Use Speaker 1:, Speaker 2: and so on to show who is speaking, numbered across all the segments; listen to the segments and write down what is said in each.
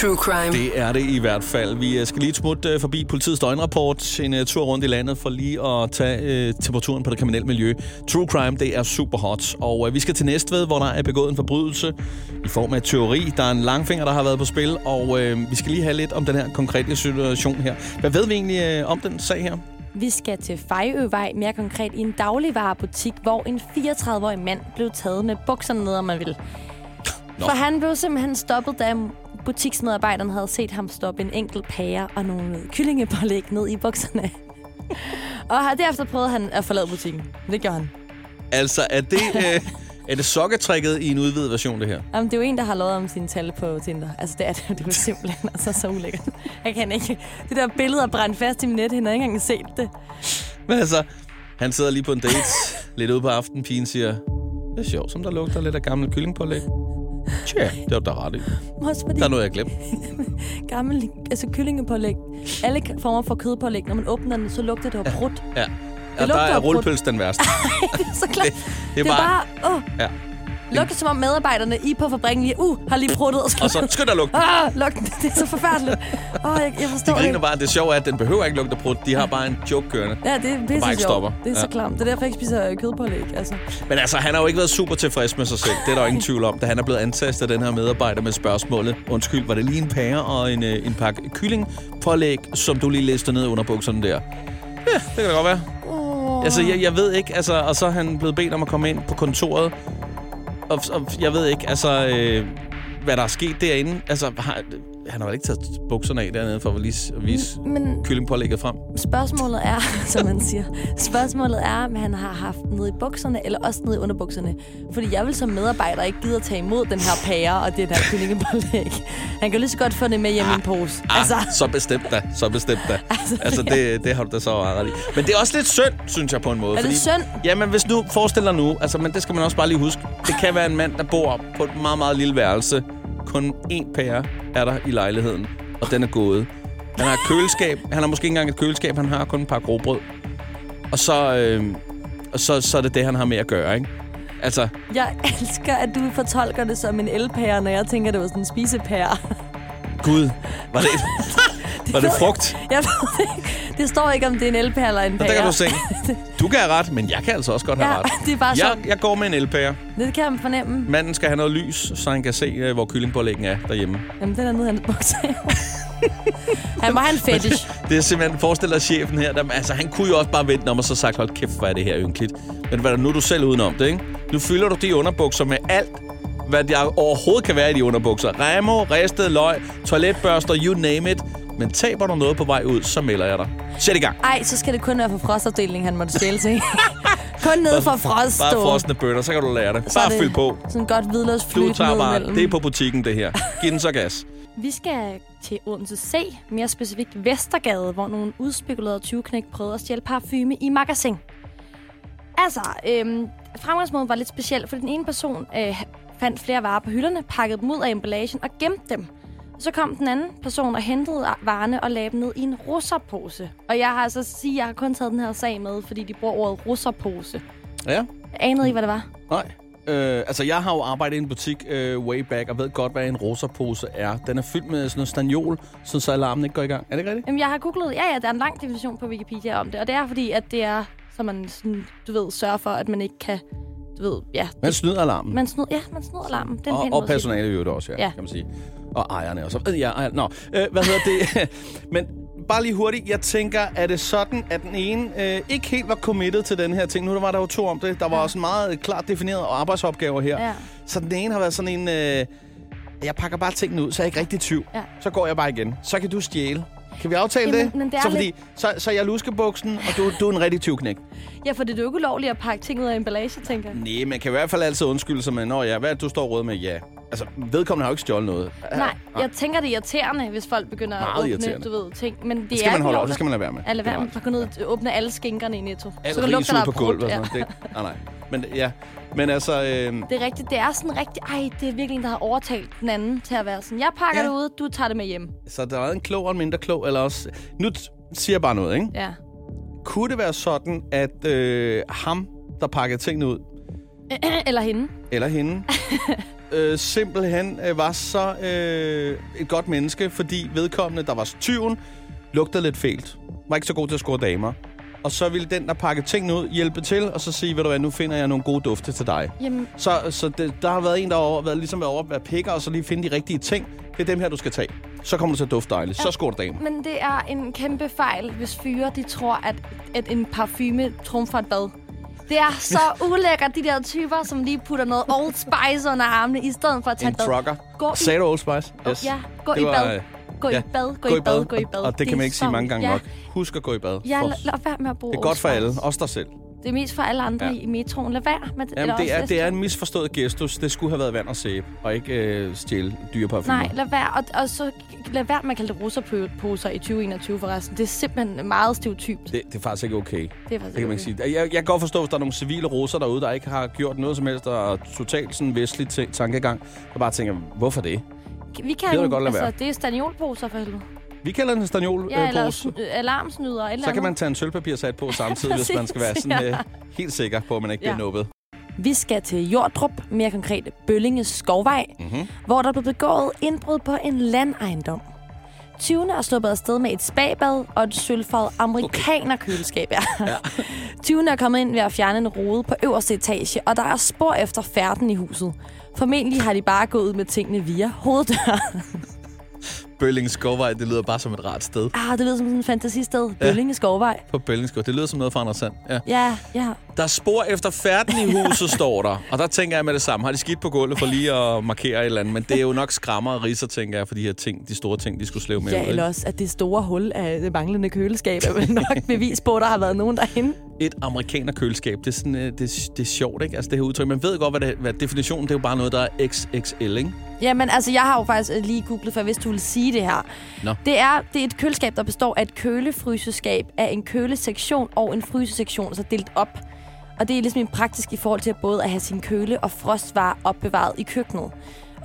Speaker 1: true crime.
Speaker 2: Det er det i hvert fald. Vi øh, skal lige et smut øh, forbi politiets døgnrapport, en øh, tur rundt i landet for lige at tage øh, temperaturen på det kriminelle miljø. True crime, det er super hot. Og øh, vi skal til Næstved, hvor der er begået en forbrydelse i form af teori. Der er en langfinger, der har været på spil, og øh, vi skal lige have lidt om den her konkrete situation her. Hvad ved vi egentlig øh, om den sag her?
Speaker 3: Vi skal til Fejøvej, mere konkret i en dagligvarerbutik, hvor en 34-årig mand blev taget med bukserne ned, om man vil.
Speaker 2: Nå.
Speaker 3: For han blev simpelthen stoppet, da butiksmedarbejderen havde set ham stoppe en enkelt pære og nogle kyllingepålæg ned i bukserne. og har- derefter prøvede han at forlade butikken. Det gjorde han.
Speaker 2: Altså, er det, øh, er det sokketrækket i en udvidet version, det her?
Speaker 3: Jamen, det er jo en, der har lovet om sine tal på Tinder. Altså, det er det, det er jo simpelthen altså, så ulækkert. Jeg kan ikke. Det der billede er brændt fast i min net, jeg har ikke engang set det.
Speaker 2: Men altså, han sidder lige på en date, lidt ude på aftenen, pigen siger, det er sjovt, som der lugter lidt af gammel kyllingpålæg. Tja, det var du da ret i.
Speaker 3: Også fordi
Speaker 2: Der er noget, jeg glemt.
Speaker 3: gammel altså kyllingepålæg. Alle k- former for kødpålæg, når man åbner den, så lugter det jo brudt.
Speaker 2: Ja. Og der
Speaker 3: lugter
Speaker 2: er
Speaker 3: af brudt.
Speaker 2: rullepøls den værste.
Speaker 3: det er så klart.
Speaker 2: Det, det er bare...
Speaker 3: bare åh,
Speaker 2: Ja.
Speaker 3: lugter som om medarbejderne i på fabrikken lige, uh, har lige pruttet. Og så,
Speaker 2: Og så skynd dig lugten.
Speaker 3: ah, lugten, det er så forfærdeligt. Åh, jeg, jeg
Speaker 2: De
Speaker 3: forstår det.
Speaker 2: griner bare, det sjove er, at den behøver ikke lugte af brudt. De har bare en joke kørende.
Speaker 3: Ja, det er pisse
Speaker 2: bare ikke stopper.
Speaker 3: sjovt. Det er så
Speaker 2: Ja.
Speaker 3: klamt. Det er derfor, jeg ikke spiser øh, kødpålæg. Altså.
Speaker 2: Men altså, han har jo ikke været super tilfreds med sig selv. Det er der jo ingen tvivl om, da han er blevet antastet af den her medarbejder med spørgsmålet. Undskyld, var det lige en pære og en, øh, en pakke kyllingpålæg, som du lige læste ned under bukserne der? Ja, det kan da godt være.
Speaker 3: Oh.
Speaker 2: Altså, jeg, jeg ved ikke, altså, og så er han blevet bedt om at komme ind på kontoret, og, og jeg ved ikke, altså, øh, hvad der er sket derinde. Altså, har, han har vel ikke taget bukserne af dernede for at lige s- at vise
Speaker 3: Men
Speaker 2: kyllingpålægget frem?
Speaker 3: Spørgsmålet er, som man siger, spørgsmålet er, om han har haft nede i bukserne, eller også nede i underbukserne. Fordi jeg vil som medarbejder ikke gide at tage imod den her pære og det der kyllingepålæg. Han kan lige så godt få det med hjem i en pose.
Speaker 2: Ah,
Speaker 3: Altså,
Speaker 2: altså. så bestemt da, så bestemt da. Altså,
Speaker 3: Altså,
Speaker 2: altså det, det har du da så meget ret i. Men det er også lidt synd, synes jeg på en måde.
Speaker 3: Er det synd?
Speaker 2: Jamen, hvis nu, forestil dig nu, altså, men det skal man også bare lige huske. Det kan være en mand, der bor på et meget, meget lille værelse. Kun én pære er der i lejligheden, og den er gået. Han har et køleskab. Han har måske ikke engang et køleskab, han har kun et par grobrød. Og så, øh, og så, så er det det, han har med at gøre, ikke? Altså,
Speaker 3: jeg elsker, at du fortolker det som en elpære, når jeg tænker, det var sådan en spisepære.
Speaker 2: Gud, var det, var det frugt?
Speaker 3: Jeg ved det ikke. Det står ikke, om det er en elpære eller en
Speaker 2: Og
Speaker 3: pære.
Speaker 2: der kan du se, du kan have ret, men jeg kan altså også godt have
Speaker 3: Ja,
Speaker 2: ret.
Speaker 3: det er bare
Speaker 2: jeg,
Speaker 3: sådan.
Speaker 2: jeg går med en elpære.
Speaker 3: Det kan man fornemme.
Speaker 2: Manden skal have noget lys, så han kan se, øh, hvor kyllingpålæggen er derhjemme.
Speaker 3: Jamen, den er nede i hans bukser. han må have en fetish.
Speaker 2: Det er simpelthen, forestil dig chefen her, der, altså han kunne jo også bare vente om og så sagt, hold kæft, hvor er det her ynkeligt. Men hvad er der nu er du selv udenom det, ikke? Nu fylder du de underbukser med alt, hvad der overhovedet kan være i de underbukser. Remo, ristet løg, toiletbørster, you name it. Men taber du noget på vej ud, så melder jeg dig. Sæt i gang.
Speaker 3: Ej, så skal det kun være fra frostafdelingen, han måtte stjæle ting. kun ned fra frost.
Speaker 2: Bare frosne bøtter, så kan du lære det.
Speaker 3: Så er
Speaker 2: Bare
Speaker 3: det
Speaker 2: fyld på.
Speaker 3: Sådan godt hvidløgsflyt
Speaker 2: Du tager
Speaker 3: ned
Speaker 2: bare,
Speaker 3: mellem.
Speaker 2: det er på butikken, det her. Giv den så gas.
Speaker 3: Vi skal til Odense C, mere specifikt Vestergade, hvor nogle udspekulerede tyveknæk prøvede at stjæle parfume i magasin. Altså, øhm, fremgangsmåden var lidt speciel, for den ene person øh, fandt flere varer på hylderne, pakkede dem ud af emballagen og gemte dem. Så kom den anden person og hentede varerne og lagde dem ned i en russerpose. Og jeg har altså at sige, at jeg har kun taget den her sag med, fordi de bruger ordet russerpose.
Speaker 2: Ja.
Speaker 3: Jeg anede ikke, hvad det var.
Speaker 2: Nej. Øh, altså, jeg har jo arbejdet i en butik øh, way back, og ved godt, hvad en roserpose er. Den er fyldt med sådan noget stagnol, sådan så alarmen ikke går i gang. Er det ikke rigtigt?
Speaker 3: Jamen, jeg har googlet, ja, ja, der er en lang definition på Wikipedia om det, og det er fordi, at det er, så man sådan, du ved, sørger for, at man ikke kan, du ved, ja,
Speaker 2: Man snyder alarmen.
Speaker 3: man snyder, ja, man snyder alarmen. Den
Speaker 2: og, og personalet i øvrigt også, ja, ja,
Speaker 3: Ja.
Speaker 2: kan man sige. Og ejerne og så. Ja, ejerne. Nå, øh, hvad hedder det? Men bare lige hurtigt, jeg tænker, er det sådan, at den ene øh, ikke helt var committed til den her ting? Nu der var der jo to om det. Der var ja. også en meget klart defineret arbejdsopgaver her.
Speaker 3: Ja.
Speaker 2: Så den ene har været sådan en... Øh, jeg pakker bare tingene ud, så jeg er ikke rigtig i tvivl.
Speaker 3: Ja.
Speaker 2: Så går jeg bare igen. Så kan du stjæle. Kan vi aftale
Speaker 3: Jamen,
Speaker 2: det?
Speaker 3: men det er
Speaker 2: så, fordi, så, så er jeg luskebuksen, og du, du er en rigtig tyvknæk.
Speaker 3: Ja, for det er jo ikke ulovligt at pakke ting ud af emballage, tænker jeg.
Speaker 2: Nej, man kan i hvert fald altid undskylde sig med, Nå ja, hvad er det, du står råd med? Ja, Altså, vedkommende har jo ikke stjålet noget.
Speaker 3: Nej, jeg tænker, det er irriterende, hvis folk begynder
Speaker 2: Meget
Speaker 3: at åbne,
Speaker 2: irriterende.
Speaker 3: du ved, ting. Men det
Speaker 2: Det skal
Speaker 3: er
Speaker 2: man holde op,
Speaker 3: ulovligt.
Speaker 2: det skal man lade være med.
Speaker 3: Ja, lad være med.
Speaker 2: Generelt.
Speaker 3: Bare gå ned og åbne alle skinkerne i Netto.
Speaker 2: Alt
Speaker 3: så
Speaker 2: ris ud
Speaker 3: af
Speaker 2: på
Speaker 3: brugt.
Speaker 2: gulvet.
Speaker 3: Ja.
Speaker 2: Ja. Det, ah, nej, nej. Men ja, men altså... Øh,
Speaker 3: Det er rigtigt. Det er sådan rigtig... Ej, det er virkelig en, der har overtalt den anden til at være sådan. Jeg pakker
Speaker 2: Ja.
Speaker 3: ja. det ud, du tager det med hjem.
Speaker 2: så der er en klog og en mindre klog, eller også... Nu t- siger jeg bare noget, ikke?
Speaker 3: Ja.
Speaker 2: Kunne det være sådan, at øh, ham, der pakkede tingene ud,
Speaker 3: Eller hende.
Speaker 2: eller hende, øh, simpelthen øh, var så øh, et godt menneske, fordi vedkommende, der var tyven, lugtede lidt fælt. Var ikke så god til at score damer. Og så ville den, der pakkede tingene ud, hjælpe til, og så sige, ved du hvad, nu finder jeg nogle gode dufte til dig.
Speaker 3: Jamen,
Speaker 2: Så, så det, der har været en, der har over- været, ligesom været over at være pikker, og så lige finde de rigtige ting. Det er dem her, du skal tage. Så kommer du til at dufte dejligt. Så scorer du damer.
Speaker 3: men det er en kæmpe fejl, hvis fyre de tror, at, at en parfume trumfer et bad. Det er så ulækkert, de der typer, som lige putter noget Old Spice under armene, i stedet for at tage
Speaker 2: En
Speaker 3: et bad.
Speaker 2: trucker.
Speaker 3: Gå i-
Speaker 2: Sagde du Old Spice?
Speaker 3: Yes. Ja, gå
Speaker 2: Det
Speaker 3: i
Speaker 2: var,
Speaker 3: bad.
Speaker 2: øh,
Speaker 3: Gå
Speaker 2: ja.
Speaker 3: i bad, gå, i bad, gå i bad.
Speaker 2: Og, og det kan
Speaker 3: er
Speaker 2: man ikke
Speaker 3: så-
Speaker 2: sige mange gange
Speaker 3: ja.
Speaker 2: nok. Husk at gå i bad.
Speaker 3: Ja,
Speaker 2: For-
Speaker 3: lad, lad være med at bruge
Speaker 2: det er godt for
Speaker 3: Old Spice.
Speaker 2: alle. Også dig selv.
Speaker 3: Det er mest for alle andre
Speaker 2: Ja.
Speaker 3: ja. i metroen. Lad være med det.
Speaker 2: Jamen,
Speaker 3: eller
Speaker 2: det,
Speaker 3: også
Speaker 2: er, det er en misforstået gestus. Det skulle have været vand og sæbe, og ikke øh, stjæle dyre parfumer.
Speaker 3: Nej, lad være. Og, og så lad være med at kalde det russerposer i 2021 forresten. Det er simpelthen meget stereotypt.
Speaker 2: Det, det er faktisk ikke okay.
Speaker 3: Det er faktisk
Speaker 2: Det kan man ikke
Speaker 3: okay.
Speaker 2: sige. Jeg, jeg kan godt forstå, hvis der er nogle civile russer derude, der ikke har gjort noget som helst, og er totalt sådan vestlig tæ- tankegang, og bare tænker, hvorfor det?
Speaker 3: Vi kan,
Speaker 2: Det vil jeg godt lade være.
Speaker 3: altså, det er staniolposer for helvede.
Speaker 2: Vi kalder den en stagnol
Speaker 3: Ja,
Speaker 2: ja, øh,
Speaker 3: eller
Speaker 2: pose.
Speaker 3: sn- øh, alarmsnyder. Et eller
Speaker 2: Så kan man
Speaker 3: andet.
Speaker 2: tage en sølvpapirsat på samtidig, hvis man skal være
Speaker 3: Præcis,
Speaker 2: sådan
Speaker 3: ja.
Speaker 2: øh, helt sikker på, at man ikke bliver
Speaker 3: Ja.
Speaker 2: nubbet.
Speaker 3: Vi skal til Jordrup, mere konkret Bøllinge Skovvej,
Speaker 2: Mhm.
Speaker 3: mm-hmm. hvor der blev begået indbrud på en landejendom. 20'erne er sluppet afsted med et spabad og et sølvfarvet amerikanerkøleskab. Ja. ja. 20'erne er kommet ind ved at fjerne en rode på øverste etage, og der er spor efter færden i huset. Formentlig har de bare gået ud med tingene via hoveddøren.
Speaker 2: Bølling Skovvej, det lyder bare som et rart sted
Speaker 3: Ah, det lyder som sådan et fantasisted. Bøllinge Skovvej.
Speaker 2: på Bølling Skov. Det lyder som noget fra Anders Sand. Ja.
Speaker 3: Ja, ja.
Speaker 2: Der er spor efter færden i huset, står der. Og der tænker jeg med det samme. Har de skidt på gulvet for lige at markere et eller andet? Men det er jo nok skrammer og riser, tænker jeg, for de her ting, de store ting, de skulle slæve med. ud,
Speaker 4: Ja,
Speaker 2: ikke?
Speaker 4: eller også, at det store hul af det manglende køleskab er vel nok bevis på, at der har været nogen derinde.
Speaker 2: Et amerikanerkøleskab, det er, sådan, øh, det, er- det er sjovt, ikke? Altså det her udtryk. Man ved godt, hvad, det, hvad definitionen det er jo bare noget, der er XXL, ikke?
Speaker 3: Jamen, altså, jeg har jo faktisk øh, lige googlet, for hvis du ville sige det her.
Speaker 2: Nå.
Speaker 3: Det, er, det er et køleskab, der består af et kølefryseskab af en kølesektion og en frysesektion, så delt op. Og det er ligesom en praktisk i forhold til at både at have sin køle- og frostvarer opbevaret i køkkenet.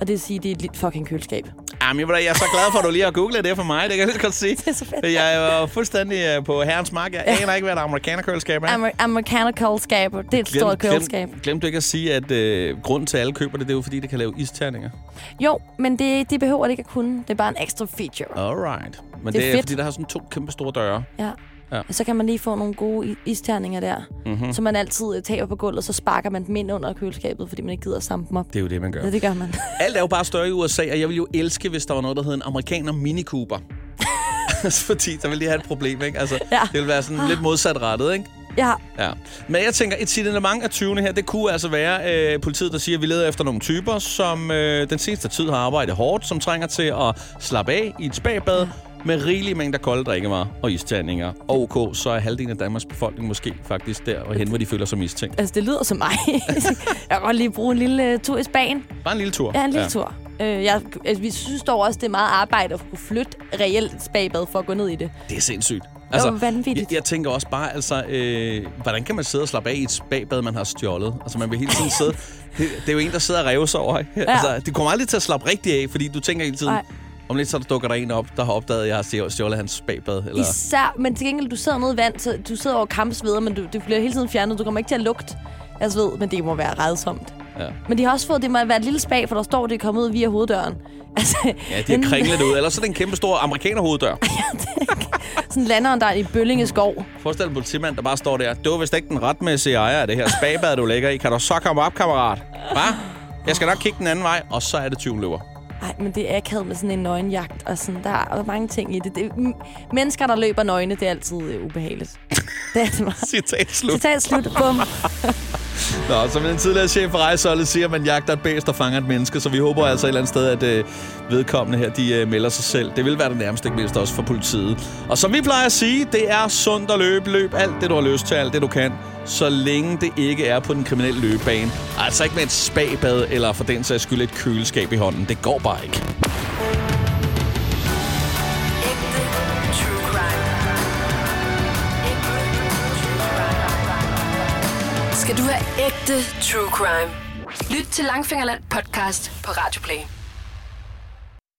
Speaker 3: Og det vil sige, at det er et lidt fucking køleskab.
Speaker 2: Jamen, jeg ved da, jeg er så glad for, at du lige har googlet det for mig. Det kan jeg lige så godt sige. Det
Speaker 3: er så fedt.
Speaker 2: Jeg var fuldstændig øh, på herrens mark. Jeg aner ikke, hvad der amerikanerkøleskab er.
Speaker 3: Amer- Amerikaner køleskab, det er et stort køleskab.
Speaker 2: Glem, glem du ikke at sige, at øh, grunden til, at alle køber det, det er jo, fordi det kan lave isterninger.
Speaker 3: Jo, men det, det behøver det ikke at kunne. Det er bare en ekstra feature.
Speaker 2: Alright. Men
Speaker 3: Det er
Speaker 2: det, det er,
Speaker 3: fedt.
Speaker 2: fordi der har sådan to kæmpe store døre.
Speaker 3: Ja.
Speaker 2: Ja.
Speaker 3: ja. Så kan man lige få nogle gode i- isterninger der, mm-hmm. som man altid øh, tager på gulvet, så sparker man dem ind under køleskabet, fordi man ikke gider at samle dem op.
Speaker 2: Det er jo det, man gør.
Speaker 3: Ja, det gør man.
Speaker 2: Alt er jo bare større i USA, og jeg ville jo elske, hvis der var noget, der hed en amerikaner Mini Cooper. Altså, fordi så ville de have et problem, ikke? Altså, ja.
Speaker 3: Ja.
Speaker 2: Det ville være sådan lidt modsat rettet, ikke?
Speaker 3: ja,
Speaker 2: Ja. Men jeg tænker, et signalement af 20'erne her, det kunne altså være øh, politiet, der siger, at vi leder efter nogle typer, som øh, den seneste tid har arbejdet hårdt, som trænger til at slappe af i et spabad med rigelige mængder kolde drikkevarer og isterninger. Og OK, så er halvdelen af Danmarks befolkning måske faktisk der, og hen, hvor de føler sig mistænkt.
Speaker 3: altså det lyder som mig. jeg kan godt lige bruge en lille øh, tur i Spanien.
Speaker 2: Bare en lille tur.
Speaker 3: Ja, en lille ja. tur. Øh, jeg, altså, vi synes dog også, det er meget arbejde at kunne flytte reelt et spabad for at gå ned i det.
Speaker 2: Det er sindssygt. Altså,
Speaker 3: vanvittigt.
Speaker 2: Jeg, jeg tænker også bare, altså, øh, hvordan kan man sidde og slappe af i et spabad, man har stjålet? Altså, man vil hele tiden sidde... Det, det er jo en, der sidder og rever sig over. Ja. Altså, det kommer aldrig til at slappe rigtig af, fordi du tænker hele tiden...
Speaker 3: Nej.
Speaker 2: Om lidt så dukker der en op, der har opdaget, at jeg har stjå- stjålet hans spabad. Eller...
Speaker 3: Især, men til gengæld, du sidder nede i vand, så du sidder over kampsveder, men du, det bliver hele tiden fjernet. Du kommer ikke til at lugte. Jeg ved, men det må være redsomt.
Speaker 2: Ja.
Speaker 3: Men de har også fået det med at være et lille spag, for der står, det er kommet ud via hoveddøren. Altså,
Speaker 2: Ja, de har kringlet det ud. Ellers så er det en kæmpe stor amerikanerhoveddør.
Speaker 3: Sådan lander der i Bøllinge skov.
Speaker 2: Forestil dig en politimand, der bare står der. Det var vist ikke den retmæssige ejer af det her spabad, du ligger i. Kan du så komme op, kammerat? Hva? Jeg skal nok kigge den anden vej, og så er det tyven løber.
Speaker 3: Nej, men det er akavet med sådan en nøgenjagt, og sådan, der er mange ting i det. det m- mennesker, der løber nøgne, det er altid øh, ubehageligt. Det er det meget.
Speaker 2: Citat slut.
Speaker 3: Citat slut. Bum.
Speaker 2: Nå, som en tidligere chef for rejseholdet siger, at man jagter et bæst og fanger et menneske, så vi håber altså et eller andet sted, at øh, vedkommende her, de øh, melder sig selv. Det vil være det nærmeste, ikke mindst også for politiet. Og som vi plejer at sige, det er sundt at løbe. Løb alt det, du har lyst til, alt det, du kan, så længe det ikke er på den kriminelle løbebane. Altså ikke med et spabad eller for den sags skyld et køleskab i hånden. Det går bare ikke.
Speaker 1: Ægte true crime. Ægte true crime. Skal du have ægte true crime? Lyt til Langfingerland podcast på Radio Play.